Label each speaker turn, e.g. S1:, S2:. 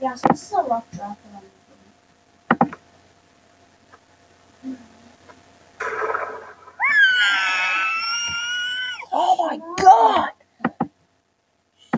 S1: Yeah, so this is a rough draft. that I'm